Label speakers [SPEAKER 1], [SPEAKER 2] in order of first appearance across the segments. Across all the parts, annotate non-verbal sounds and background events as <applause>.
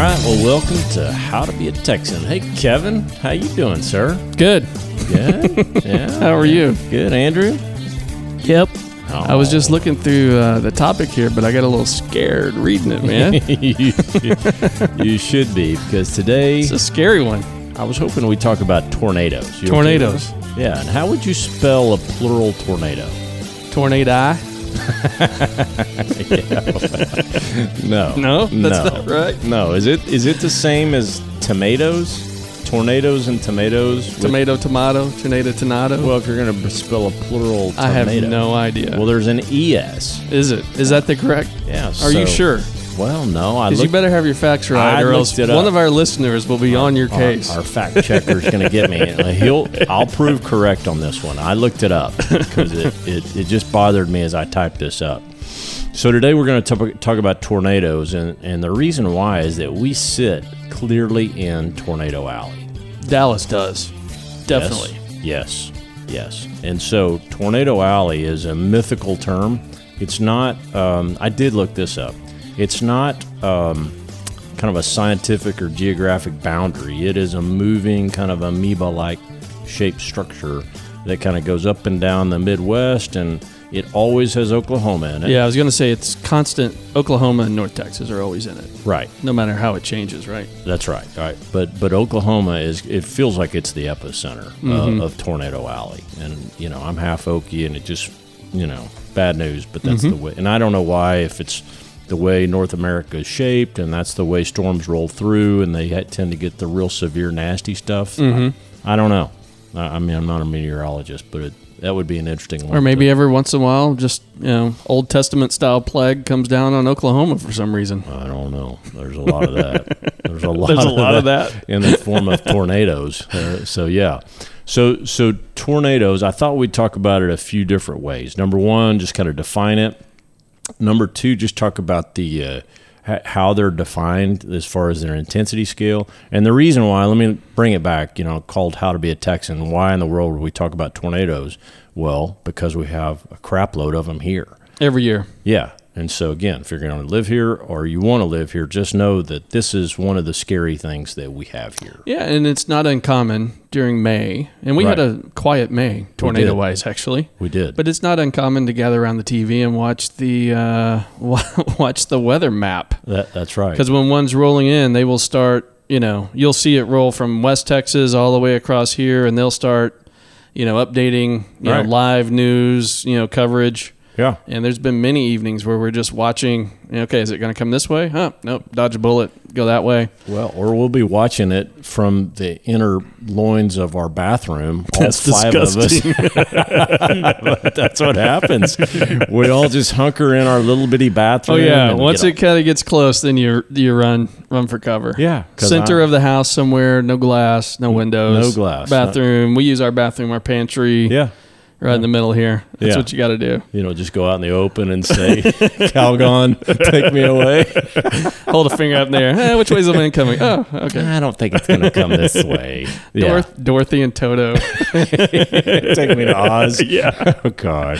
[SPEAKER 1] welcome to How to Be a Texan. Hey, Kevin, how you doing, sir?
[SPEAKER 2] Good.
[SPEAKER 1] Good. Yeah.
[SPEAKER 2] How are you?
[SPEAKER 1] Good, Andrew.
[SPEAKER 2] Yep.
[SPEAKER 1] Oh.
[SPEAKER 2] I was just looking through uh, the topic here, but I got a little scared reading it, man.
[SPEAKER 1] <laughs> <laughs> you, should, you should be because today
[SPEAKER 2] it's a scary one.
[SPEAKER 1] I was hoping we'd talk about tornadoes. You okay
[SPEAKER 2] Tornadoes.
[SPEAKER 1] with that? yeah, and how would you spell a plural tornado?
[SPEAKER 2] Tornado.
[SPEAKER 1] No,
[SPEAKER 2] No? That's
[SPEAKER 1] no,
[SPEAKER 2] not right.
[SPEAKER 1] No, is it is it the same as tomatoes? Tornadoes and tomatoes. with-
[SPEAKER 2] Tomato, tomato, tornado, tornado.
[SPEAKER 1] well, if you're going to spell a plural, tomato,
[SPEAKER 2] I have no idea.
[SPEAKER 1] Well, there's an es.
[SPEAKER 2] is it? Is that the correct?
[SPEAKER 1] Yeah.
[SPEAKER 2] Are you
[SPEAKER 1] so-
[SPEAKER 2] sure?
[SPEAKER 1] Well, no. I
[SPEAKER 2] Because you
[SPEAKER 1] looked
[SPEAKER 2] better have your facts right,
[SPEAKER 1] I
[SPEAKER 2] or else
[SPEAKER 1] looked it
[SPEAKER 2] one
[SPEAKER 1] up.
[SPEAKER 2] of our listeners will be on your
[SPEAKER 1] Our-
[SPEAKER 2] case.
[SPEAKER 1] Our, fact checker's going to
[SPEAKER 2] <laughs>
[SPEAKER 1] get me. Uh, He'll. I'll prove correct on this one. I looked it up because it, it, it just bothered me as I typed this up. So today we're going to talk about tornadoes, and, and the reason why is that we sit clearly in Tornado Alley.
[SPEAKER 2] Dallas does. Definitely.
[SPEAKER 1] Yes. Yes. yes. And so Tornado Alley is a mythical term. It's not, um, I did look this up. It's not um, kind of a scientific or geographic boundary. It is a moving, kind of amoeba like shaped structure that kind of goes up and down the Midwest, and it always has Oklahoma in it.
[SPEAKER 2] Yeah, I was going to say it's constant. Oklahoma and North Texas are always in it,
[SPEAKER 1] Right.
[SPEAKER 2] no matter how it changes, right?
[SPEAKER 1] That's right. All right. But but Oklahoma is it feels like it's the epicenter
[SPEAKER 2] Mm-hmm.
[SPEAKER 1] uh, of Tornado Alley, and you know I'm half Okie, and it just you know bad news, but that's
[SPEAKER 2] Mm-hmm.
[SPEAKER 1] the way. And I don't know why if it's the way North America is shaped, and that's the way storms roll through, and they ha- tend to get the real severe nasty stuff.
[SPEAKER 2] Mm-hmm.
[SPEAKER 1] I, I don't know. I, I mean, I'm not a meteorologist, but it, that would be an interesting one.
[SPEAKER 2] Or
[SPEAKER 1] to-
[SPEAKER 2] maybe every once in a while, just you know, Old Testament style plague comes down on Oklahoma for some reason.
[SPEAKER 1] I don't know. There's a lot of
[SPEAKER 2] <laughs>
[SPEAKER 1] that. There's a lot,
[SPEAKER 2] There's a
[SPEAKER 1] of,
[SPEAKER 2] lot of
[SPEAKER 1] that in the form of tornadoes. Uh, so yeah. So so tornadoes. I thought we'd talk about it a few different ways. Number one, just kind of define it. Number two, just talk about the uh, h- how they're defined as far as their intensity scale and the reason why. Let me bring it back. You know, called "How to Be a Texan." Why in the world would we talk about tornadoes? Well, because we have a crap load of them here.
[SPEAKER 2] Every year,
[SPEAKER 1] Yeah. And so, again, if you're going to live here or you want to live here, just know that this is one of the scary things that we have here.
[SPEAKER 2] yeah, and it's not uncommon during May, and we had
[SPEAKER 1] Right.
[SPEAKER 2] a quiet May tornado wise actually,
[SPEAKER 1] We did.
[SPEAKER 2] but it's not uncommon to gather around the TV and watch the uh, <laughs> watch the weather map
[SPEAKER 1] that, that's right.
[SPEAKER 2] because when one's rolling in, they will start. You know, you'll see it roll from West Texas all the way across here, and they'll start, you know, updating you
[SPEAKER 1] Right.
[SPEAKER 2] know, live news, you know, coverage.
[SPEAKER 1] Yeah.
[SPEAKER 2] And there's been many evenings where we're just watching. Okay, is it going to come this way? Huh? Nope. Dodge a bullet. Go that way.
[SPEAKER 1] Well, or we'll be watching it from the inner loins of our bathroom. All
[SPEAKER 2] That's
[SPEAKER 1] five <laughs> of us. But that's what happens. Oh, We all just hunker in our little bitty bathroom. and
[SPEAKER 2] Once
[SPEAKER 1] get
[SPEAKER 2] it kind of gets close, then you you run run for cover.
[SPEAKER 1] Yeah, 'cause
[SPEAKER 2] Center
[SPEAKER 1] I-
[SPEAKER 2] of the house somewhere. No glass. No windows.
[SPEAKER 1] no glass, no-
[SPEAKER 2] Bathroom. We use our bathroom, our pantry.
[SPEAKER 1] on- yeah.
[SPEAKER 2] Right in the middle here. That's
[SPEAKER 1] Yeah.
[SPEAKER 2] what you got to do.
[SPEAKER 1] You know, just go out in the open and <laughs> say, Calgon, take me away.
[SPEAKER 2] Hold a finger up in there. Eh, which way's the wind coming? Oh, okay.
[SPEAKER 1] <laughs> I don't think it's going to come this way. Yeah.
[SPEAKER 2] Dorth- Dorothy and Toto.
[SPEAKER 1] Take me to Oz. <laughs> Yeah. <laughs> Oh God.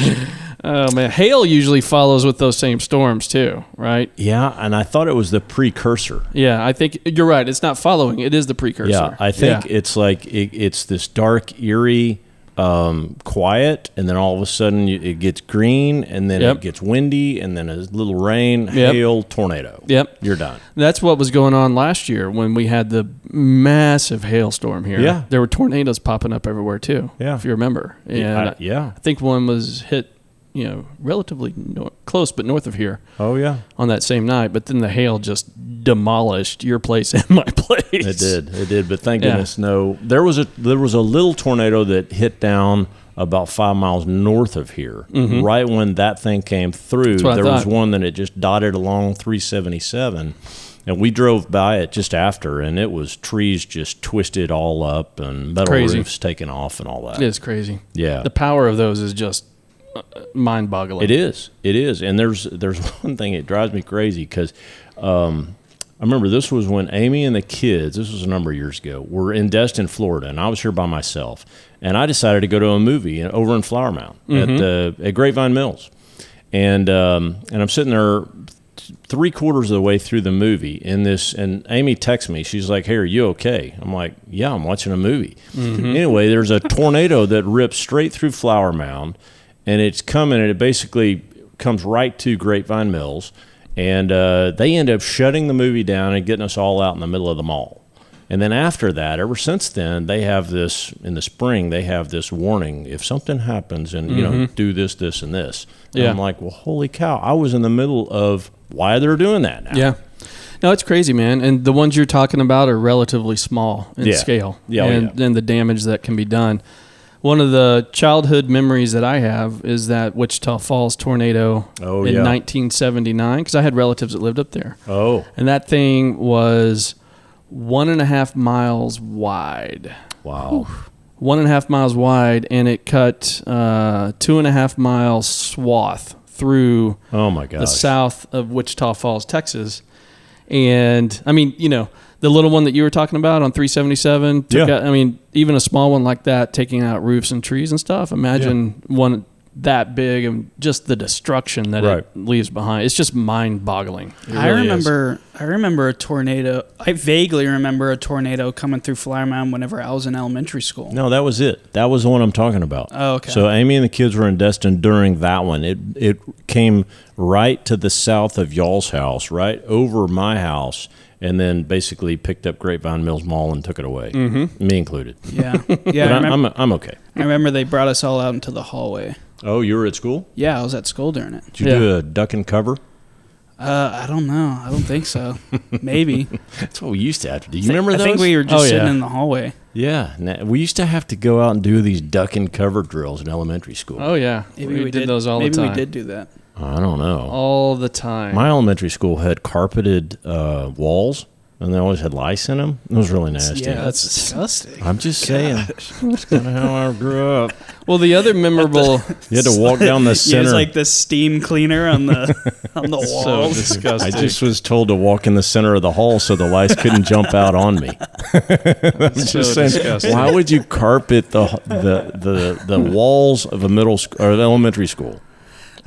[SPEAKER 2] oh man, hail usually follows with those same storms too, right?
[SPEAKER 1] Yeah, and I thought it was the precursor.
[SPEAKER 2] Yeah, I think you're right. It's not following. It is the precursor.
[SPEAKER 1] Yeah, I think
[SPEAKER 2] Yeah.
[SPEAKER 1] it's like it, it's this dark, eerie, um, quiet, and then all of a sudden you, it gets green, and then
[SPEAKER 2] Yep.
[SPEAKER 1] it gets windy, and then a little rain,
[SPEAKER 2] Yep.
[SPEAKER 1] hail, tornado.
[SPEAKER 2] Yep.
[SPEAKER 1] You're done.
[SPEAKER 2] That's what was going on last year when we had the massive hailstorm here.
[SPEAKER 1] Yeah.
[SPEAKER 2] There were tornadoes popping up everywhere too.
[SPEAKER 1] Yeah.
[SPEAKER 2] If you remember. And
[SPEAKER 1] I-
[SPEAKER 2] I,
[SPEAKER 1] yeah.
[SPEAKER 2] I think one was hit, you know, relatively nor- close but north of here
[SPEAKER 1] Oh yeah.
[SPEAKER 2] on that same night, but then the hail just demolished your place <laughs> and my place.
[SPEAKER 1] It did. It did. But thank
[SPEAKER 2] Yeah.
[SPEAKER 1] goodness, no. There was a there was a little tornado that hit down about five miles north of here. Right when that thing came through,
[SPEAKER 2] Mm-hmm. what I
[SPEAKER 1] there was
[SPEAKER 2] thought.
[SPEAKER 1] one that it just dotted along 377, and we drove by it just after, and it was trees just twisted all up and metal
[SPEAKER 2] Crazy.
[SPEAKER 1] roofs taken off and all that.
[SPEAKER 2] It is crazy.
[SPEAKER 1] Yeah.
[SPEAKER 2] The power of those is just uh, mind boggling.
[SPEAKER 1] It is. It is. And there's there's <laughs> one thing that drives me crazy because um, I remember this was when Amy and the kids. This was a number of years ago. Were in Destin, Florida, and I was here by myself. And I decided to go to a movie in- over in Flower Mound at the at Grapevine Mills, and um, and I'm sitting there three quarters of the way through the movie in this, and Amy texts me. She's like, "Hey, are you okay?" I'm like, "Yeah, I'm watching a movie." Anyway, there's a tornado that rips straight through Flower Mound, and it's coming, and it basically comes right to Grapevine Mills, and uh, they end up shutting the movie down and getting us all out in the middle of the mall. And then after that, ever since then, they have this in the spring. They have this warning: if something happens, and you know, do this, this, and this. And
[SPEAKER 2] Yeah.
[SPEAKER 1] I'm like, well, holy cow! I was in the middle of why they're doing that now.
[SPEAKER 2] Yeah. No, it's crazy, man. And the ones you're talking about are relatively small in
[SPEAKER 1] Yeah.
[SPEAKER 2] scale.
[SPEAKER 1] Yeah, oh,
[SPEAKER 2] and, and the damage that can be done. One of the childhood memories that I have is that Wichita Falls tornado
[SPEAKER 1] Oh,
[SPEAKER 2] in
[SPEAKER 1] yeah.
[SPEAKER 2] 1979, because I had relatives that lived up there.
[SPEAKER 1] Oh,
[SPEAKER 2] And that thing was one and a half miles wide.
[SPEAKER 1] wow.
[SPEAKER 2] One and a half miles wide, and it cut uh, two and a half mile swath through
[SPEAKER 1] Oh my
[SPEAKER 2] the
[SPEAKER 1] gosh.
[SPEAKER 2] south of Wichita Falls, Texas. And I mean, you know, the little one that you were talking about on 377. Took
[SPEAKER 1] Yeah.
[SPEAKER 2] out, I mean, even a small one like that, taking out roofs and trees and stuff. Imagine one that big and just the destruction that
[SPEAKER 1] Right.
[SPEAKER 2] it leaves behind. It's just mind boggling.
[SPEAKER 3] I remember I remember a tornado. I vaguely remember a tornado coming through Flower Mound whenever I was in elementary school.
[SPEAKER 1] No, that was it. That was the one I'm talking about.
[SPEAKER 3] Oh, okay.
[SPEAKER 1] So Amy and the kids were in Destin during that one. It it came right to the south of y'all's house, right over my house, and then basically picked up Grapevine Mills Mall and took it away, mm-hmm. me included.
[SPEAKER 3] Yeah. Yeah.
[SPEAKER 1] <laughs> but
[SPEAKER 3] I,
[SPEAKER 1] I,
[SPEAKER 3] remem-
[SPEAKER 1] I'm I'm okay.
[SPEAKER 3] I remember they brought us all out into the hallway.
[SPEAKER 1] Oh, you were at school?
[SPEAKER 3] Yeah, I was at school during it.
[SPEAKER 1] Did you
[SPEAKER 2] Yeah.
[SPEAKER 1] do a duck and cover?
[SPEAKER 3] Uh, I don't know. I don't think
[SPEAKER 1] <laughs>
[SPEAKER 3] so. Maybe.
[SPEAKER 1] That's what we used to have to do. You remember
[SPEAKER 3] I
[SPEAKER 1] those?
[SPEAKER 3] think we were just
[SPEAKER 2] Oh,
[SPEAKER 3] sitting
[SPEAKER 2] yeah.
[SPEAKER 3] in the hallway.
[SPEAKER 1] yeah, na- we used to have to go out and do these duck and cover drills in elementary school.
[SPEAKER 2] Oh yeah,
[SPEAKER 3] Maybe
[SPEAKER 2] we, did, those all
[SPEAKER 3] maybe
[SPEAKER 2] the time.
[SPEAKER 3] we did do that.
[SPEAKER 1] I don't know.
[SPEAKER 3] Oh,
[SPEAKER 2] all the time.
[SPEAKER 1] My elementary school had carpeted uh, walls, and they always had lice in them. It was really nasty.
[SPEAKER 3] Yeah, that's
[SPEAKER 2] That's-
[SPEAKER 3] disgusting.
[SPEAKER 1] I'm
[SPEAKER 3] <laughs>
[SPEAKER 1] just saying. That's kind of how I grew up.
[SPEAKER 2] well, the other
[SPEAKER 3] <laughs>
[SPEAKER 2] memorable.
[SPEAKER 1] You had to walk down the center.
[SPEAKER 3] Use like the steam cleaner on
[SPEAKER 1] <laughs>
[SPEAKER 3] the on the
[SPEAKER 2] so
[SPEAKER 3] walls.
[SPEAKER 1] I
[SPEAKER 2] disgusting.
[SPEAKER 1] just was told to walk in the center of the hall so the lice couldn't jump out on
[SPEAKER 3] <laughs>
[SPEAKER 1] me.
[SPEAKER 2] I'm
[SPEAKER 1] Just saying, why would you carpet the the the, the walls of a middle school or an elementary school?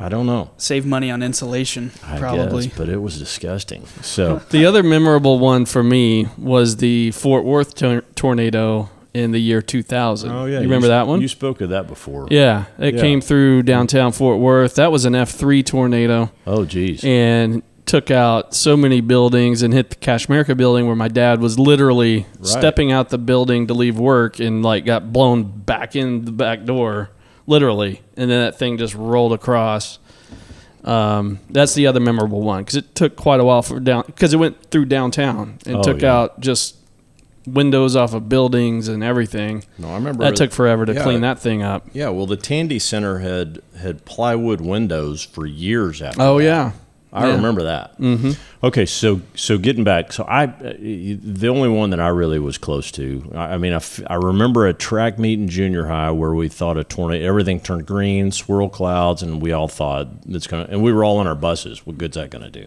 [SPEAKER 1] I don't know.
[SPEAKER 3] Save money on insulation,
[SPEAKER 1] I
[SPEAKER 3] probably.
[SPEAKER 1] guess, but it was disgusting. So
[SPEAKER 2] The other memorable one for me was the Fort Worth tor- tornado in the year 2000. You remember that one?
[SPEAKER 1] Oh, You spoke of that before.
[SPEAKER 2] yeah, it
[SPEAKER 1] Yeah.
[SPEAKER 2] came through downtown Fort Worth. That was an F3 tornado
[SPEAKER 1] Oh, geez.
[SPEAKER 2] and took out so many buildings and hit the Cashmerica building where my dad was literally stepping out the building to leave work and like got blown back in the back door, literally. And then that thing just rolled across. Um, that's the other memorable one because it took quite a while for down because it went through downtown and
[SPEAKER 1] Oh,
[SPEAKER 2] took
[SPEAKER 1] yeah.
[SPEAKER 2] out just windows off of buildings and everything.
[SPEAKER 1] No, I remember
[SPEAKER 2] That took forever to
[SPEAKER 1] Yeah.
[SPEAKER 2] clean that thing up.
[SPEAKER 1] Yeah, well, the Tandy Center had had plywood windows for years after.
[SPEAKER 2] Oh
[SPEAKER 1] that.
[SPEAKER 2] yeah,
[SPEAKER 1] I
[SPEAKER 2] Yeah.
[SPEAKER 1] remember that. Mm-hmm. Okay, so so getting back, so I uh, the only one that I really was close to. I, I mean, I, f- I remember a track meet in junior high where we thought a tornado, everything turned green, swirl clouds, and we all thought it's gonna. And we were all on our buses. What good's that gonna do?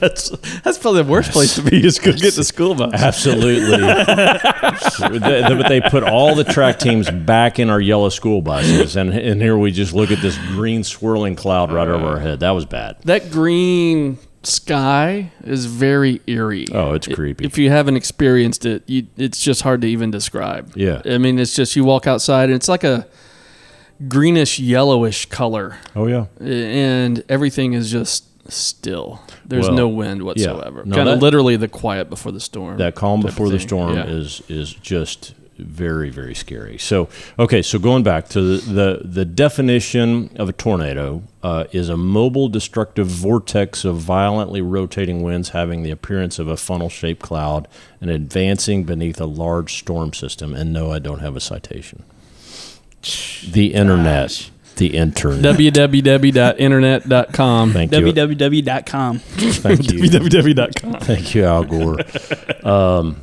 [SPEAKER 2] That's that's probably the worst place to be is go get <laughs> the school bus.
[SPEAKER 1] <laughs> Absolutely. They- they- but they put all the track teams back in our yellow school buses, and and here we just look at this green swirling cloud right over our head. That was bad.
[SPEAKER 2] That green sky is very eerie.
[SPEAKER 1] Oh, it's creepy.
[SPEAKER 2] If you haven't experienced it, you, it's just hard to even describe.
[SPEAKER 1] Yeah.
[SPEAKER 2] I mean, it's just you walk outside and it's like a greenish yellowish color,
[SPEAKER 1] Oh yeah.
[SPEAKER 2] and everything is just still. There's
[SPEAKER 1] Well,
[SPEAKER 2] no wind whatsoever.
[SPEAKER 1] No,
[SPEAKER 2] kind
[SPEAKER 1] that-
[SPEAKER 2] of literally the quiet before the storm.
[SPEAKER 1] That calm
[SPEAKER 2] type of
[SPEAKER 1] before the
[SPEAKER 2] thing.
[SPEAKER 1] storm
[SPEAKER 2] Yeah.
[SPEAKER 1] is is just very very scary. So okay, so going back to the the, the definition of a tornado uh, is a mobile destructive vortex of violently rotating winds having the appearance of a funnel shaped cloud and advancing beneath a large storm system. And no, I don't have a citation. The internet, the internet.
[SPEAKER 2] www.internet.com.
[SPEAKER 1] Thank you.
[SPEAKER 3] www.com.
[SPEAKER 1] Thank you. <laughs>
[SPEAKER 2] www.com.
[SPEAKER 1] Thank you, Al Gore. um,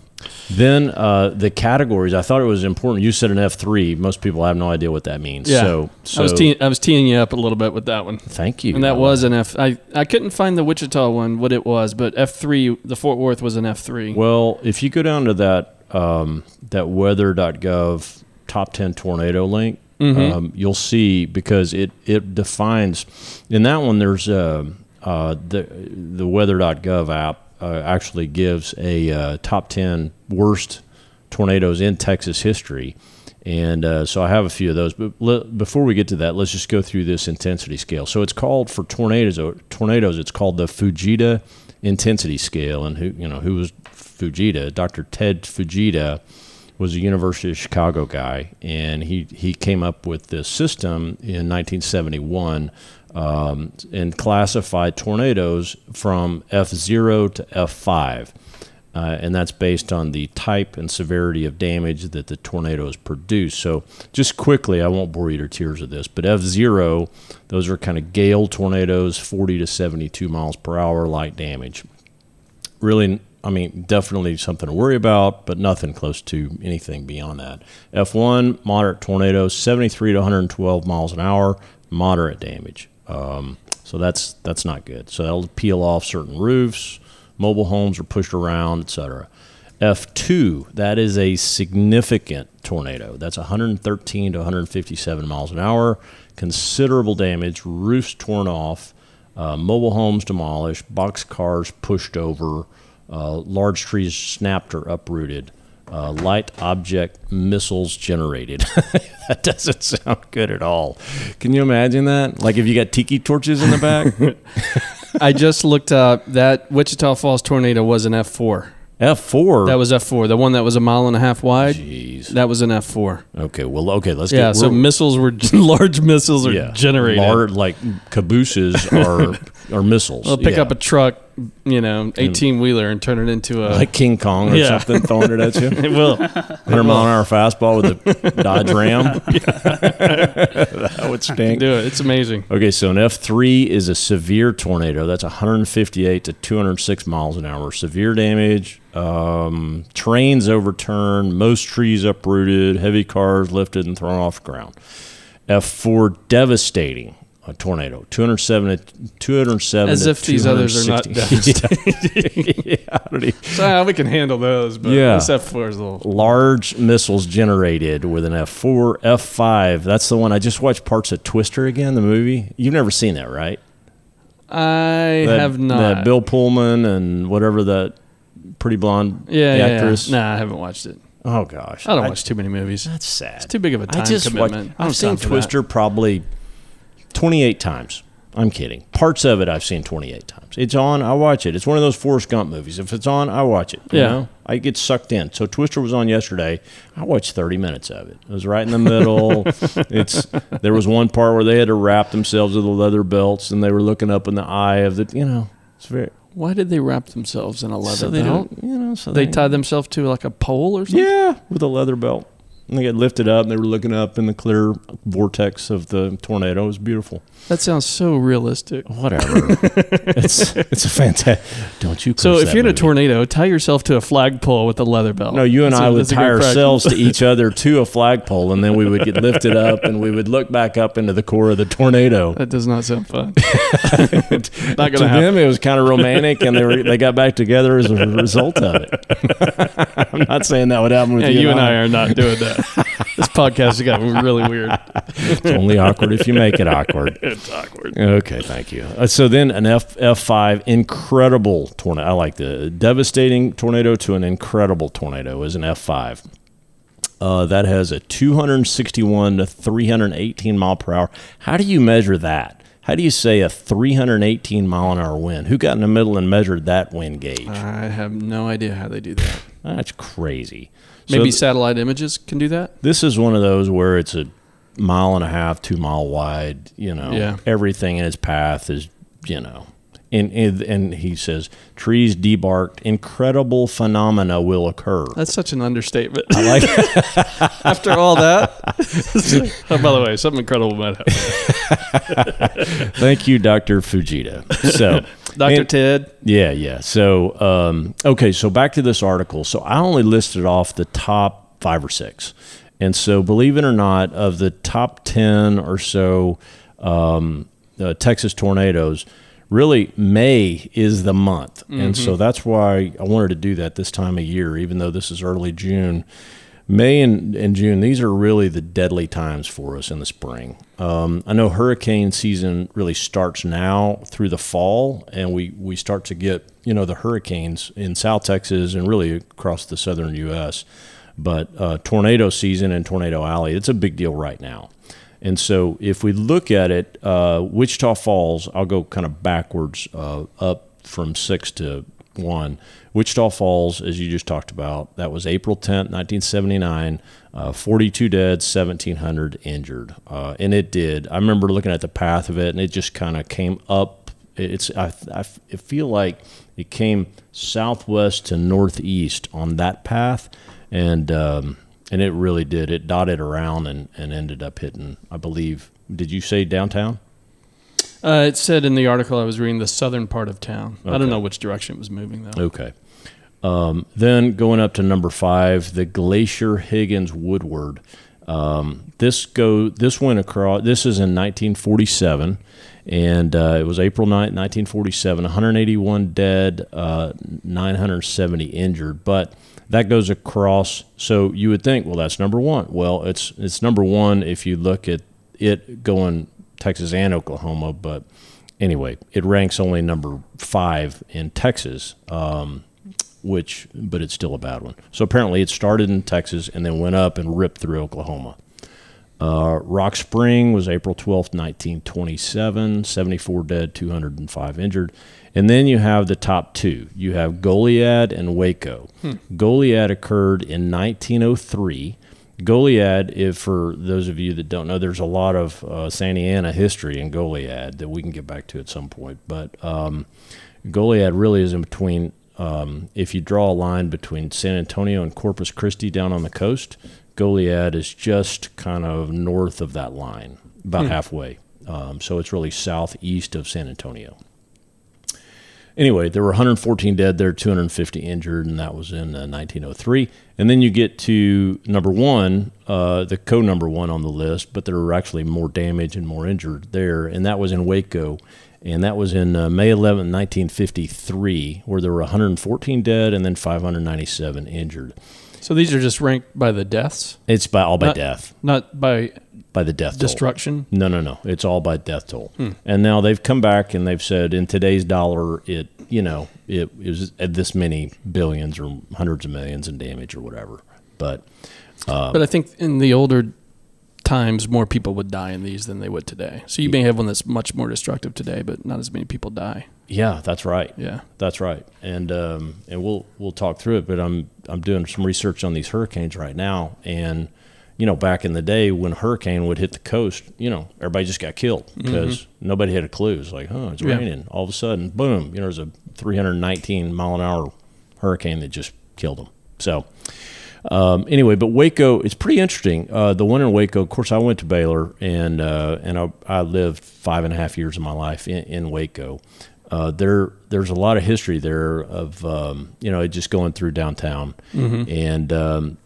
[SPEAKER 1] then uh, the categories. I thought it was important. You said an F three. Most people have no idea what that means.
[SPEAKER 2] Yeah.
[SPEAKER 1] So, so
[SPEAKER 2] I was teeing, I was teeing you up a little bit with that one.
[SPEAKER 1] thank you.
[SPEAKER 2] And that
[SPEAKER 1] Alan.
[SPEAKER 2] was an F. I, I couldn't find the Wichita one, what it was, but F3, the Fort Worth was an F3.
[SPEAKER 1] well. If you go down to that um, that weather.gov top ten tornado link,
[SPEAKER 2] Mm-hmm.
[SPEAKER 1] um, you'll see because it it defines in that one. There's a, uh, the the weather.gov app uh, actually gives a uh, top 10 worst tornadoes in Texas history. And uh, so I have a few of those. But le- before we get to that, let's just go through this intensity scale. So it's called for tornadoes. Tornadoes. It's called the Fujita intensity scale. And who you know who was Fujita? Dr. Ted Fujita was a University of Chicago guy, and he he came up with this system in 1971 um, and classified tornadoes from F0 to F5. Uh, and that's based on the type and severity of damage that the tornadoes produce. So, just quickly, I won't bore you to tears with this, but F0, those are kind of gale tornadoes, 40 to 72 miles per hour, light damage. Really, I mean, definitely something to worry about, but nothing close to anything beyond that. F1, moderate tornadoes, 73 to 112 miles an hour, moderate damage. Um, so that's that's not good. So that'll peel off certain roofs, mobile homes are pushed around, etc. F2, that is a significant tornado. That's 113 to 157 miles an hour, considerable damage, roofs torn off, uh, mobile homes demolished, box cars pushed over, uh, large trees snapped or uprooted, uh, light object missiles generated. <laughs> that doesn't sound good at all. Can you imagine that? Like if you got tiki torches in the
[SPEAKER 2] <laughs>
[SPEAKER 1] back?
[SPEAKER 2] I just looked up that Wichita Falls tornado was an F4.
[SPEAKER 1] F4.
[SPEAKER 2] That was F4. The one that was a mile and a half wide,
[SPEAKER 1] Jeez.
[SPEAKER 2] that was an F4.
[SPEAKER 1] okay, well, okay, let's
[SPEAKER 2] Yeah,
[SPEAKER 1] get
[SPEAKER 2] so
[SPEAKER 1] we're-
[SPEAKER 2] missiles were <laughs> large missiles are
[SPEAKER 1] yeah,
[SPEAKER 2] generated.
[SPEAKER 1] Large, like cabooses
[SPEAKER 2] <laughs>
[SPEAKER 1] are, are missiles.
[SPEAKER 2] They'll pick
[SPEAKER 1] yeah.
[SPEAKER 2] up a truck, you know, 18 wheeler and turn it into a
[SPEAKER 1] <laughs> like King Kong or
[SPEAKER 2] Yeah.
[SPEAKER 1] something throwing it at you.
[SPEAKER 2] <laughs> it
[SPEAKER 1] <laughs>
[SPEAKER 2] will.
[SPEAKER 1] 100 mile an hour fastball with a Dodge Ram. <laughs>
[SPEAKER 2] <laughs>
[SPEAKER 1] that would stink.
[SPEAKER 2] Do it. It's amazing.
[SPEAKER 1] Okay, so an F3 is a severe tornado. That's 158 to 206 miles an hour. Severe damage, um, trains overturned, most trees uprooted, heavy cars lifted and thrown off the ground. F4 devastating. A tornado, 207 to 207
[SPEAKER 2] As
[SPEAKER 1] to
[SPEAKER 2] if these others are not
[SPEAKER 1] 260. <laughs> yeah, I don't even-
[SPEAKER 2] So ah, we can handle those, but
[SPEAKER 1] Yeah.
[SPEAKER 2] this F4 is a little.
[SPEAKER 1] large missiles generated with an F4, F5. That's the one I just watched parts of Twister again, the movie. You've never seen that, right?
[SPEAKER 2] I
[SPEAKER 1] that,
[SPEAKER 2] have
[SPEAKER 1] That
[SPEAKER 2] not.
[SPEAKER 1] Bill Pullman and whatever that pretty blonde
[SPEAKER 2] yeah, yeah,
[SPEAKER 1] actress.
[SPEAKER 2] yeah. Nah, I haven't watched it.
[SPEAKER 1] Oh gosh,
[SPEAKER 2] I don't watch too many movies.
[SPEAKER 1] That's sad.
[SPEAKER 2] It's too big of a time
[SPEAKER 1] I just
[SPEAKER 2] commitment.
[SPEAKER 1] Watch,
[SPEAKER 2] I don't
[SPEAKER 1] I've
[SPEAKER 2] have
[SPEAKER 1] seen
[SPEAKER 2] time for that.
[SPEAKER 1] Twister probably twenty-eight times. I'm kidding. Parts of it I've seen twenty-eight times. It's on. I watch it. It's one of those Forrest Gump movies. If it's on, I watch it. You
[SPEAKER 2] Yeah.
[SPEAKER 1] know? I get sucked in. So Twister was on yesterday. I watched 30 minutes of it. It was right in the
[SPEAKER 2] <laughs>
[SPEAKER 1] middle. it's there was one part where they had to wrap themselves with the leather belts and they were looking up in the eye of the you know, it's very
[SPEAKER 2] Why did they wrap themselves in a leather
[SPEAKER 1] so they
[SPEAKER 2] belt?
[SPEAKER 1] don't, you know, so
[SPEAKER 2] They tie themselves to like a pole or something.
[SPEAKER 1] yeah, with a leather belt. And they got lifted up and they were looking up in the clear vortex of the tornado. It was beautiful.
[SPEAKER 2] That sounds so
[SPEAKER 1] <laughs>
[SPEAKER 2] realistic.
[SPEAKER 1] Whatever. it's it's a fantastic. Don't you?
[SPEAKER 2] So
[SPEAKER 1] curse
[SPEAKER 2] if
[SPEAKER 1] that
[SPEAKER 2] you're in a
[SPEAKER 1] movie.
[SPEAKER 2] tornado, tie yourself to a flagpole with a leather belt.
[SPEAKER 1] No, you and
[SPEAKER 2] That's
[SPEAKER 1] I
[SPEAKER 2] a-
[SPEAKER 1] would
[SPEAKER 2] that's a
[SPEAKER 1] tie
[SPEAKER 2] good practice.
[SPEAKER 1] ourselves to
[SPEAKER 2] <laughs>
[SPEAKER 1] each other to a flagpole, and then we would get lifted up, and we would look back up into the core of the
[SPEAKER 2] <laughs>
[SPEAKER 1] tornado. <laughs>
[SPEAKER 2] That does not sound fun. not
[SPEAKER 1] to
[SPEAKER 2] gonna happen.
[SPEAKER 1] them, it was kind of romantic, and they were, they got back together as a result of it. <laughs> I'm not saying that would happen with
[SPEAKER 2] Yeah,
[SPEAKER 1] you,
[SPEAKER 2] you and I are not doing
[SPEAKER 1] <laughs>
[SPEAKER 2] that. this podcast has gotten really weird.
[SPEAKER 1] It's only awkward if you make it awkward.
[SPEAKER 2] <laughs> It's awkward.
[SPEAKER 1] Okay, thank you. Uh, so then an F F five incredible tornado. I like the devastating tornado to an incredible tornado is an F five. Uh, that has a 261 to 318 mile per hour. How do you measure that? How do you say a 318 mile an hour wind? Who got in the middle and measured that wind gauge?
[SPEAKER 2] I have no idea how they do that.
[SPEAKER 1] That's crazy. So
[SPEAKER 2] Uh, Maybe
[SPEAKER 1] th-
[SPEAKER 2] satellite images can do that.
[SPEAKER 1] this is one of those where it's a mile and a half, two mile wide. You know,
[SPEAKER 2] Yeah.
[SPEAKER 1] everything in its path is you know. And, and, and he says, trees debarked, incredible phenomena will occur.
[SPEAKER 2] That's such an understatement.
[SPEAKER 1] I like
[SPEAKER 2] <laughs> After all that, it's like- oh, by the way, something incredible might
[SPEAKER 1] <laughs>
[SPEAKER 2] happen.
[SPEAKER 1] Thank you, Dr. Fujita. So,
[SPEAKER 2] <laughs> Doctor
[SPEAKER 1] and-
[SPEAKER 2] Ted.
[SPEAKER 1] Yeah, yeah. So, um, okay, so back to this article. So I only listed off the top five or six. And so, believe it or not, of the top 10 or so um, uh, Texas tornadoes, really May is the month. And so that's why I wanted to do that this time of year, even though this is early June. May and, and June, these are really the deadly times for us in the spring. Um, I know hurricane season really starts now through the fall, and we, we start to get, you know, the hurricanes in South Texas and really across the southern U.S. But uh, tornado season and Tornado Alley, it's a big deal right now. And so if we look at it, uh, Wichita Falls, I'll go kind of backwards uh, up from six to one. Wichita Falls, as you just talked about, that was April 10th, 1979, uh, 42 dead, 1,700 injured. Uh, and it did. I remember looking at the path of it and it just kind of came up. It's I, I it feel like it came southwest to northeast on that path. And, um, and it really did. It dotted around and, and ended up hitting, I believe, did you say downtown?
[SPEAKER 2] Uh, it said in the article I was reading the southern part of town. I
[SPEAKER 1] Okay.
[SPEAKER 2] don't know which direction it was moving though.
[SPEAKER 1] Okay. Um, then going up to number five, the Glacier Higgins Woodward. Um, this go this went across. This is in 1947, and uh, it was April 9th, 1947. 181 dead, uh, 970 injured, but that goes across. So you would think, well, that's number one. Well, it's it's number one if you look at it going Texas and Oklahoma, but anyway, it ranks only number five in Texas, um, which, but it's still a bad one. So apparently, it started in Texas and then went up and ripped through Oklahoma. Uh, Rock Spring was April 12th, 1927, 74 dead, 205 injured. And then you have the top two. You have Goliad and Waco. Goliad occurred in 1903. Goliad, if for those of you that don't know, there's a lot of uh, Santa Ana history in Goliad that we can get back to at some point. But um, Goliad really is in between. Um, if you draw a line between San Antonio and Corpus Christi down on the coast, Goliad is just kind of north of that line, about halfway. Um, so it's really southeast of San Antonio. Anyway, there were 114 dead there, 250 injured, and that was in uh, 1903. And then you get to number one, uh, the co number one on the list, but there were actually more damage and more injured there, and that was in Waco. And that was in uh, May 11, 1953, where there were 114 dead and then 597 injured.
[SPEAKER 2] So these are just ranked by the deaths,
[SPEAKER 1] It's by all by
[SPEAKER 2] Not-
[SPEAKER 1] death,
[SPEAKER 2] not by
[SPEAKER 1] by the death toll.
[SPEAKER 2] destruction.
[SPEAKER 1] No, no, no. It's all by death toll. And now they've come back and they've said in today's dollar, it you know it, it was at this many billions or hundreds of millions in damage or whatever. But
[SPEAKER 2] but I think in the older times, more people would die in these than they would today. So you may have one that's much more destructive today, but not as many people die.
[SPEAKER 1] yeah, that's right.
[SPEAKER 2] Yeah.
[SPEAKER 1] That's right, and um, and we'll we'll talk through it. But I'm I'm doing some research on these hurricanes right now, and you know back in the day when a hurricane would hit the coast, you know everybody just got killed because nobody had a clue. It's like, oh, it's
[SPEAKER 2] Yeah.
[SPEAKER 1] raining. All of a sudden, boom! You know, there's a 319 mile an hour hurricane that just killed them. So. Um, anyway, but Waco, it's pretty interesting. Uh, the one in Waco, of course, I went to Baylor and uh, and I, I lived five and a half years of my life in, in Waco. Uh, there, there's a lot of history there of um, you know just going through downtown, and um,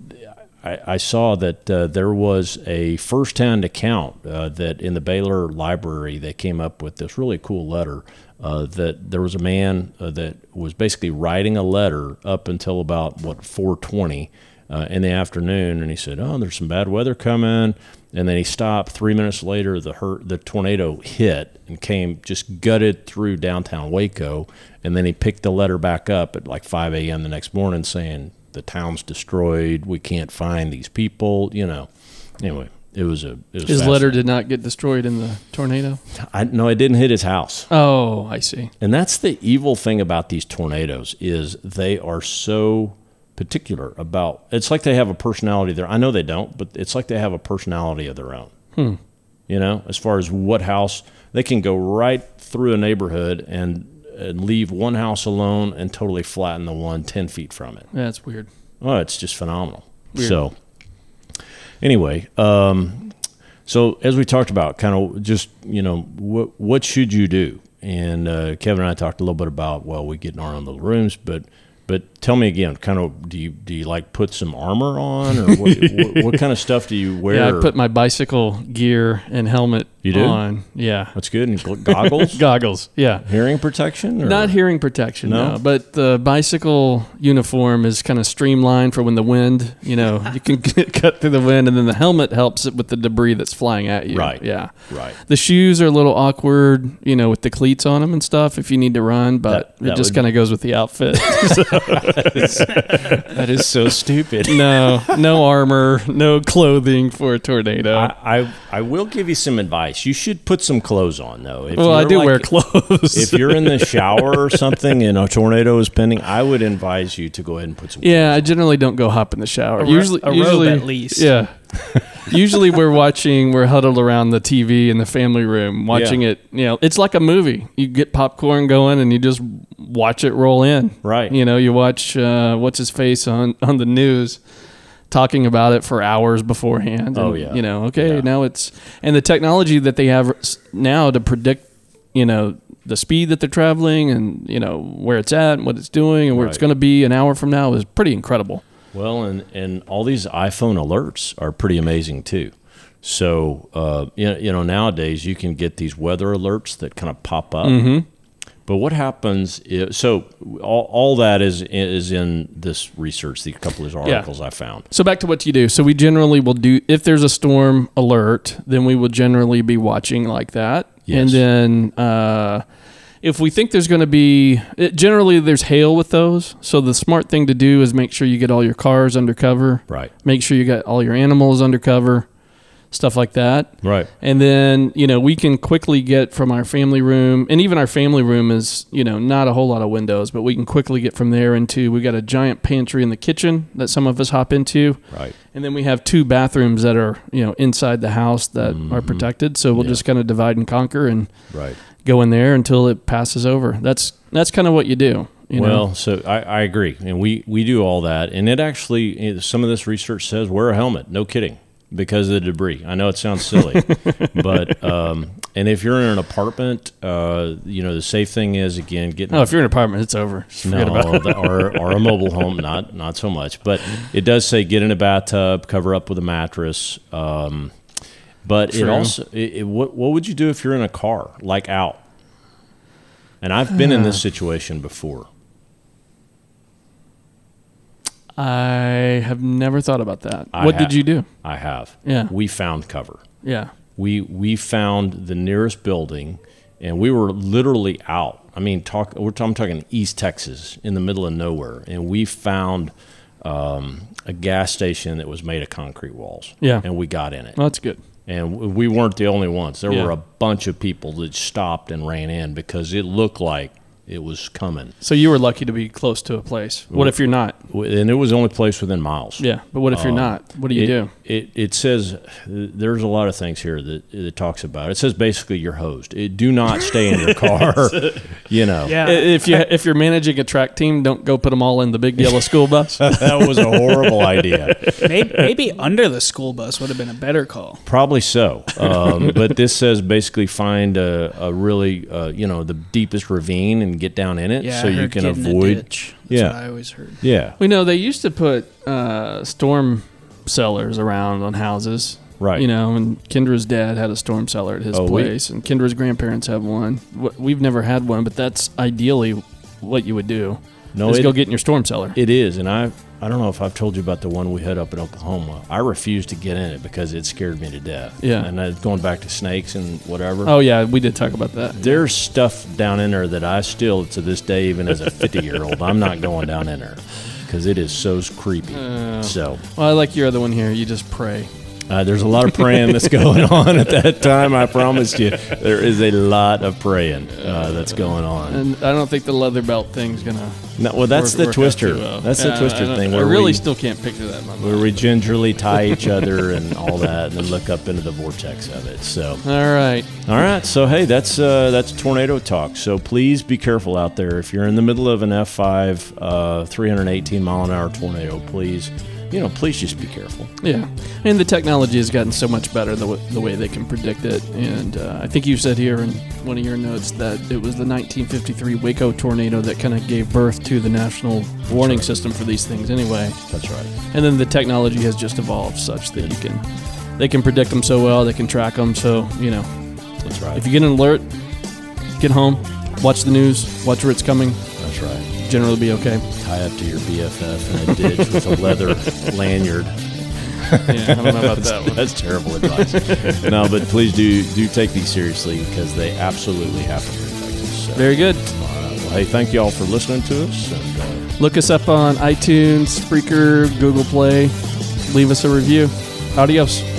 [SPEAKER 1] I, I saw that uh, there was a firsthand account uh, that in the Baylor Library they came up with this really cool letter uh, that there was a man uh, that was basically writing a letter up until about what 420 uh, in the afternoon, and he said, "Oh, there's some bad weather coming," and then he stopped. Three minutes later, the hur- the tornado hit and came just gutted through downtown Waco, and then he picked the letter back up at like 5 a.m. the next morning, saying the town's destroyed. We can't find these people. You know. Anyway, it was a it was
[SPEAKER 2] His
[SPEAKER 1] fascinating.
[SPEAKER 2] letter did not get destroyed in the tornado.
[SPEAKER 1] I, no, it didn't hit his house,
[SPEAKER 2] Oh, I see.
[SPEAKER 1] and that's the evil thing about these tornadoes is they are so particular about. It's like they have a personality there. I know they don't, but it's like they have a personality of their own.
[SPEAKER 2] Hmm.
[SPEAKER 1] You know, as far as what house they can go right through a neighborhood and. And leave one house alone and totally flatten the one 10 feet from it.
[SPEAKER 2] That's weird.
[SPEAKER 1] Oh, it's just phenomenal.
[SPEAKER 2] Weird.
[SPEAKER 1] So, anyway, um, so as we talked about, kind of just you know what what should you do? And uh, Kevin and I talked a little bit about well, we get in our own little rooms, but but tell me again, kind of do you do you like put some armor on or what, what, what kind of stuff do you wear?
[SPEAKER 2] Yeah, I put my bicycle gear and helmet
[SPEAKER 1] You do?
[SPEAKER 2] on. Yeah.
[SPEAKER 1] That's good. And gl-
[SPEAKER 2] <laughs>
[SPEAKER 1] goggles,
[SPEAKER 2] Goggles. Yeah.
[SPEAKER 1] hearing protection, or?
[SPEAKER 2] Not hearing protection,
[SPEAKER 1] No?
[SPEAKER 2] no. But the bicycle uniform is kind of streamlined for when the wind, you know, <laughs> you can get cut through the wind, and then the helmet helps it with the debris that's flying at you.
[SPEAKER 1] Right.
[SPEAKER 2] Yeah.
[SPEAKER 1] Right.
[SPEAKER 2] The shoes are a little awkward, you know, with the cleats on them and stuff if you need to run,
[SPEAKER 1] That-
[SPEAKER 2] but
[SPEAKER 1] that
[SPEAKER 2] it just
[SPEAKER 1] would-
[SPEAKER 2] kind of goes with
[SPEAKER 1] <laughs>
[SPEAKER 2] the outfit.
[SPEAKER 4] That is so
[SPEAKER 1] <laughs>
[SPEAKER 4] stupid.
[SPEAKER 2] no, no armor, no clothing for a tornado.
[SPEAKER 1] I, I I will give you some advice. You should put some clothes on though. If
[SPEAKER 2] well, I
[SPEAKER 1] you're
[SPEAKER 2] do
[SPEAKER 1] like- <laughs>
[SPEAKER 2] wear clothes.
[SPEAKER 1] If you're in
[SPEAKER 2] <laughs>
[SPEAKER 1] the shower or something and a tornado is pending, I would advise you to go ahead and put some.
[SPEAKER 2] Yeah, I generally don't go hop in the shower.
[SPEAKER 3] A ro-
[SPEAKER 2] usually,
[SPEAKER 3] a robe
[SPEAKER 2] usually,
[SPEAKER 3] at least. <laughs>
[SPEAKER 2] Yeah. usually, we're watching. We're huddled around the TV in the family room, watching
[SPEAKER 1] Yeah.
[SPEAKER 2] it. You know, it's like a movie. You get popcorn going, and you just watch it roll in.
[SPEAKER 1] Right.
[SPEAKER 2] You know, you watch uh, what's his face on on the news. Talking about it for hours beforehand. And,
[SPEAKER 1] Oh, yeah.
[SPEAKER 2] You know, okay,
[SPEAKER 1] Yeah.
[SPEAKER 2] now it's and the technology that they have s- now to predict, you know, the speed that they're traveling and you know where it's at and what it's doing and where it's
[SPEAKER 1] Right.
[SPEAKER 2] going to be an hour from now is pretty incredible.
[SPEAKER 1] Well, and and all these iPhone alerts are pretty amazing too. So uh, you know, you know nowadays you can get these weather alerts that kind of pop up.
[SPEAKER 2] Mm-hmm.
[SPEAKER 1] But what happens? If, so all, all that is is in this research. The couple of articles I found.
[SPEAKER 2] So back to what you do. So we generally will do if there's a storm alert, then we will generally be watching like that.
[SPEAKER 1] Yes.
[SPEAKER 2] And then uh, if we think there's going to be it, generally there's hail with those. So the smart thing to do is make sure you get all your cars under cover.
[SPEAKER 1] Right.
[SPEAKER 2] Make sure you got all your animals under cover. Stuff like that.
[SPEAKER 1] Right.
[SPEAKER 2] And then, you know, we can quickly get from our family room, and even our family room is, you know, not a whole lot of windows, but we can quickly get from there into we got a giant pantry in the kitchen that some of us hop into.
[SPEAKER 1] Right.
[SPEAKER 2] And then we have two bathrooms that are, you know, inside the house that are protected. So we'll
[SPEAKER 1] Mm-hmm. Yeah.
[SPEAKER 2] just kind of divide and conquer and
[SPEAKER 1] Right.
[SPEAKER 2] go in there until it passes over. That's that's kind of what you do. You
[SPEAKER 1] well,
[SPEAKER 2] know?
[SPEAKER 1] so I, I agree, and we we do all that, and it actually some of this research says wear a helmet. No kidding, because of the debris. I know it sounds
[SPEAKER 2] <laughs>
[SPEAKER 1] silly, but um, and if you're in an apartment, uh, you know the safe thing is again getting
[SPEAKER 2] Oh, if you're in an apartment, it's over.
[SPEAKER 1] <laughs>
[SPEAKER 2] Just
[SPEAKER 1] no,
[SPEAKER 2] forget about it.
[SPEAKER 1] or, or a mobile home, not not so much. But it does say get in a bathtub, cover up with a mattress. Um, but it
[SPEAKER 2] True.
[SPEAKER 1] also, it, it, what what would you do if you're in a car, like out? And I've been in
[SPEAKER 2] <sighs>
[SPEAKER 1] this situation before.
[SPEAKER 2] I have never thought about that.
[SPEAKER 1] I
[SPEAKER 2] what
[SPEAKER 1] ha-
[SPEAKER 2] did you do?
[SPEAKER 1] I have.
[SPEAKER 2] Yeah.
[SPEAKER 1] We found cover.
[SPEAKER 2] Yeah.
[SPEAKER 1] We we found the nearest building, and we were literally out. I mean, talk. We're I'm talking East Texas, in the middle of nowhere, and we found um, a gas station that was made of concrete walls.
[SPEAKER 2] Yeah.
[SPEAKER 1] And we got in it,
[SPEAKER 2] Well, that's good.
[SPEAKER 1] and w- we weren't the only ones. There
[SPEAKER 2] Yeah.
[SPEAKER 1] were a bunch of people that stopped and ran in because it looked like it was coming,
[SPEAKER 2] So you were lucky to be close to a place. What if you're not?
[SPEAKER 1] W- and it was the only place within miles.
[SPEAKER 2] Yeah, but what if you're not? What do you
[SPEAKER 1] Um, it,
[SPEAKER 2] do?
[SPEAKER 1] It, it says there's a lot of things here that it talks about. It says basically you're hosed. It, do not stay
[SPEAKER 2] <laughs>
[SPEAKER 1] in your car. you know
[SPEAKER 3] Yeah.
[SPEAKER 2] I- If you if you're managing a track team, don't go put them all in the big
[SPEAKER 1] <laughs>
[SPEAKER 2] yellow school
[SPEAKER 1] <laughs>
[SPEAKER 2] bus.
[SPEAKER 1] that was a horrible idea.
[SPEAKER 3] maybe, maybe under the school bus would have been a better call.
[SPEAKER 1] Probably so. Um, but this says basically find a, a really uh, you know the deepest ravine and get down in it
[SPEAKER 3] Yeah,
[SPEAKER 1] so
[SPEAKER 3] I
[SPEAKER 1] you
[SPEAKER 3] heard
[SPEAKER 1] can
[SPEAKER 3] get in a
[SPEAKER 1] avoid.
[SPEAKER 3] ditch. That's
[SPEAKER 1] Yeah.
[SPEAKER 3] what I always heard.
[SPEAKER 1] Yeah,
[SPEAKER 2] we know they used to put uh, storm cellars around on houses.
[SPEAKER 1] Right.
[SPEAKER 2] You know, and Kendra's dad had a storm cellar at his
[SPEAKER 1] Oh, we-
[SPEAKER 2] place, and Kendra's grandparents have one. Wh- We've never had one, but that's ideally what you would do.
[SPEAKER 1] No,
[SPEAKER 2] is
[SPEAKER 1] it-
[SPEAKER 2] go get in your storm cellar.
[SPEAKER 1] it is. And I I don't know if I've told you about the one we had up in Oklahoma. I refused to get in it because it scared me to death.
[SPEAKER 2] Yeah.
[SPEAKER 1] and I, going back to snakes and whatever.
[SPEAKER 2] oh yeah, we did talk about that.
[SPEAKER 1] There's stuff down in there that I still, to this day, even as a 50 year old, I'm not going down in there because it is so creepy.
[SPEAKER 2] Uh.
[SPEAKER 1] so
[SPEAKER 2] Well, I like your other one here. You just pray.
[SPEAKER 1] uh, there's a lot of praying that's going <laughs> on at that time. I promise you, there is a lot of praying uh, that's going on.
[SPEAKER 2] And I don't think the leather belt thing's gonna.
[SPEAKER 1] No, well, that's
[SPEAKER 2] work-
[SPEAKER 1] the
[SPEAKER 2] work out
[SPEAKER 1] twister.
[SPEAKER 2] too well.
[SPEAKER 1] That's
[SPEAKER 2] Yeah,
[SPEAKER 1] the
[SPEAKER 2] uh, I
[SPEAKER 1] twister
[SPEAKER 2] don't-
[SPEAKER 1] thing.
[SPEAKER 2] I
[SPEAKER 1] Where
[SPEAKER 2] really
[SPEAKER 1] we,
[SPEAKER 2] still can't picture that in my mind.
[SPEAKER 1] where we gingerly tie each other and all that, and then look up into the vortex of it. So.
[SPEAKER 2] All right.
[SPEAKER 1] All right, so hey, that's uh, that's tornado talk. So please be careful out there. If you're in the middle of an F5, uh, 318 mile an hour tornado, please you know, please just be careful.
[SPEAKER 2] Yeah, and the technology has gotten so much better the, w- the way they can predict it. And uh, I think you said here in one of your notes that it was the 1953 Waco tornado that kind of gave birth to the national warning system for these things, anyway.
[SPEAKER 1] That's right.
[SPEAKER 2] And then the technology has just evolved such that you can they can predict them so well, they can track them. So you know,
[SPEAKER 1] That's right.
[SPEAKER 2] if you get an alert, get home, watch the news, watch where it's coming.
[SPEAKER 1] That's right.
[SPEAKER 2] Generally, be
[SPEAKER 1] <laughs>
[SPEAKER 2] okay.
[SPEAKER 1] Tie up to your BFF in a ditch with a
[SPEAKER 2] <laughs>
[SPEAKER 1] leather lanyard.
[SPEAKER 2] Yeah, I don't know about that one.
[SPEAKER 1] That's terrible advice. no, but please do do take these seriously because they absolutely have to protect us. So,
[SPEAKER 2] Very good.
[SPEAKER 1] all right. Well, hey, thank you all for listening to us. And, uh,
[SPEAKER 2] Look us up on iTunes, Spreaker, Google Play. Leave us a review. Adios.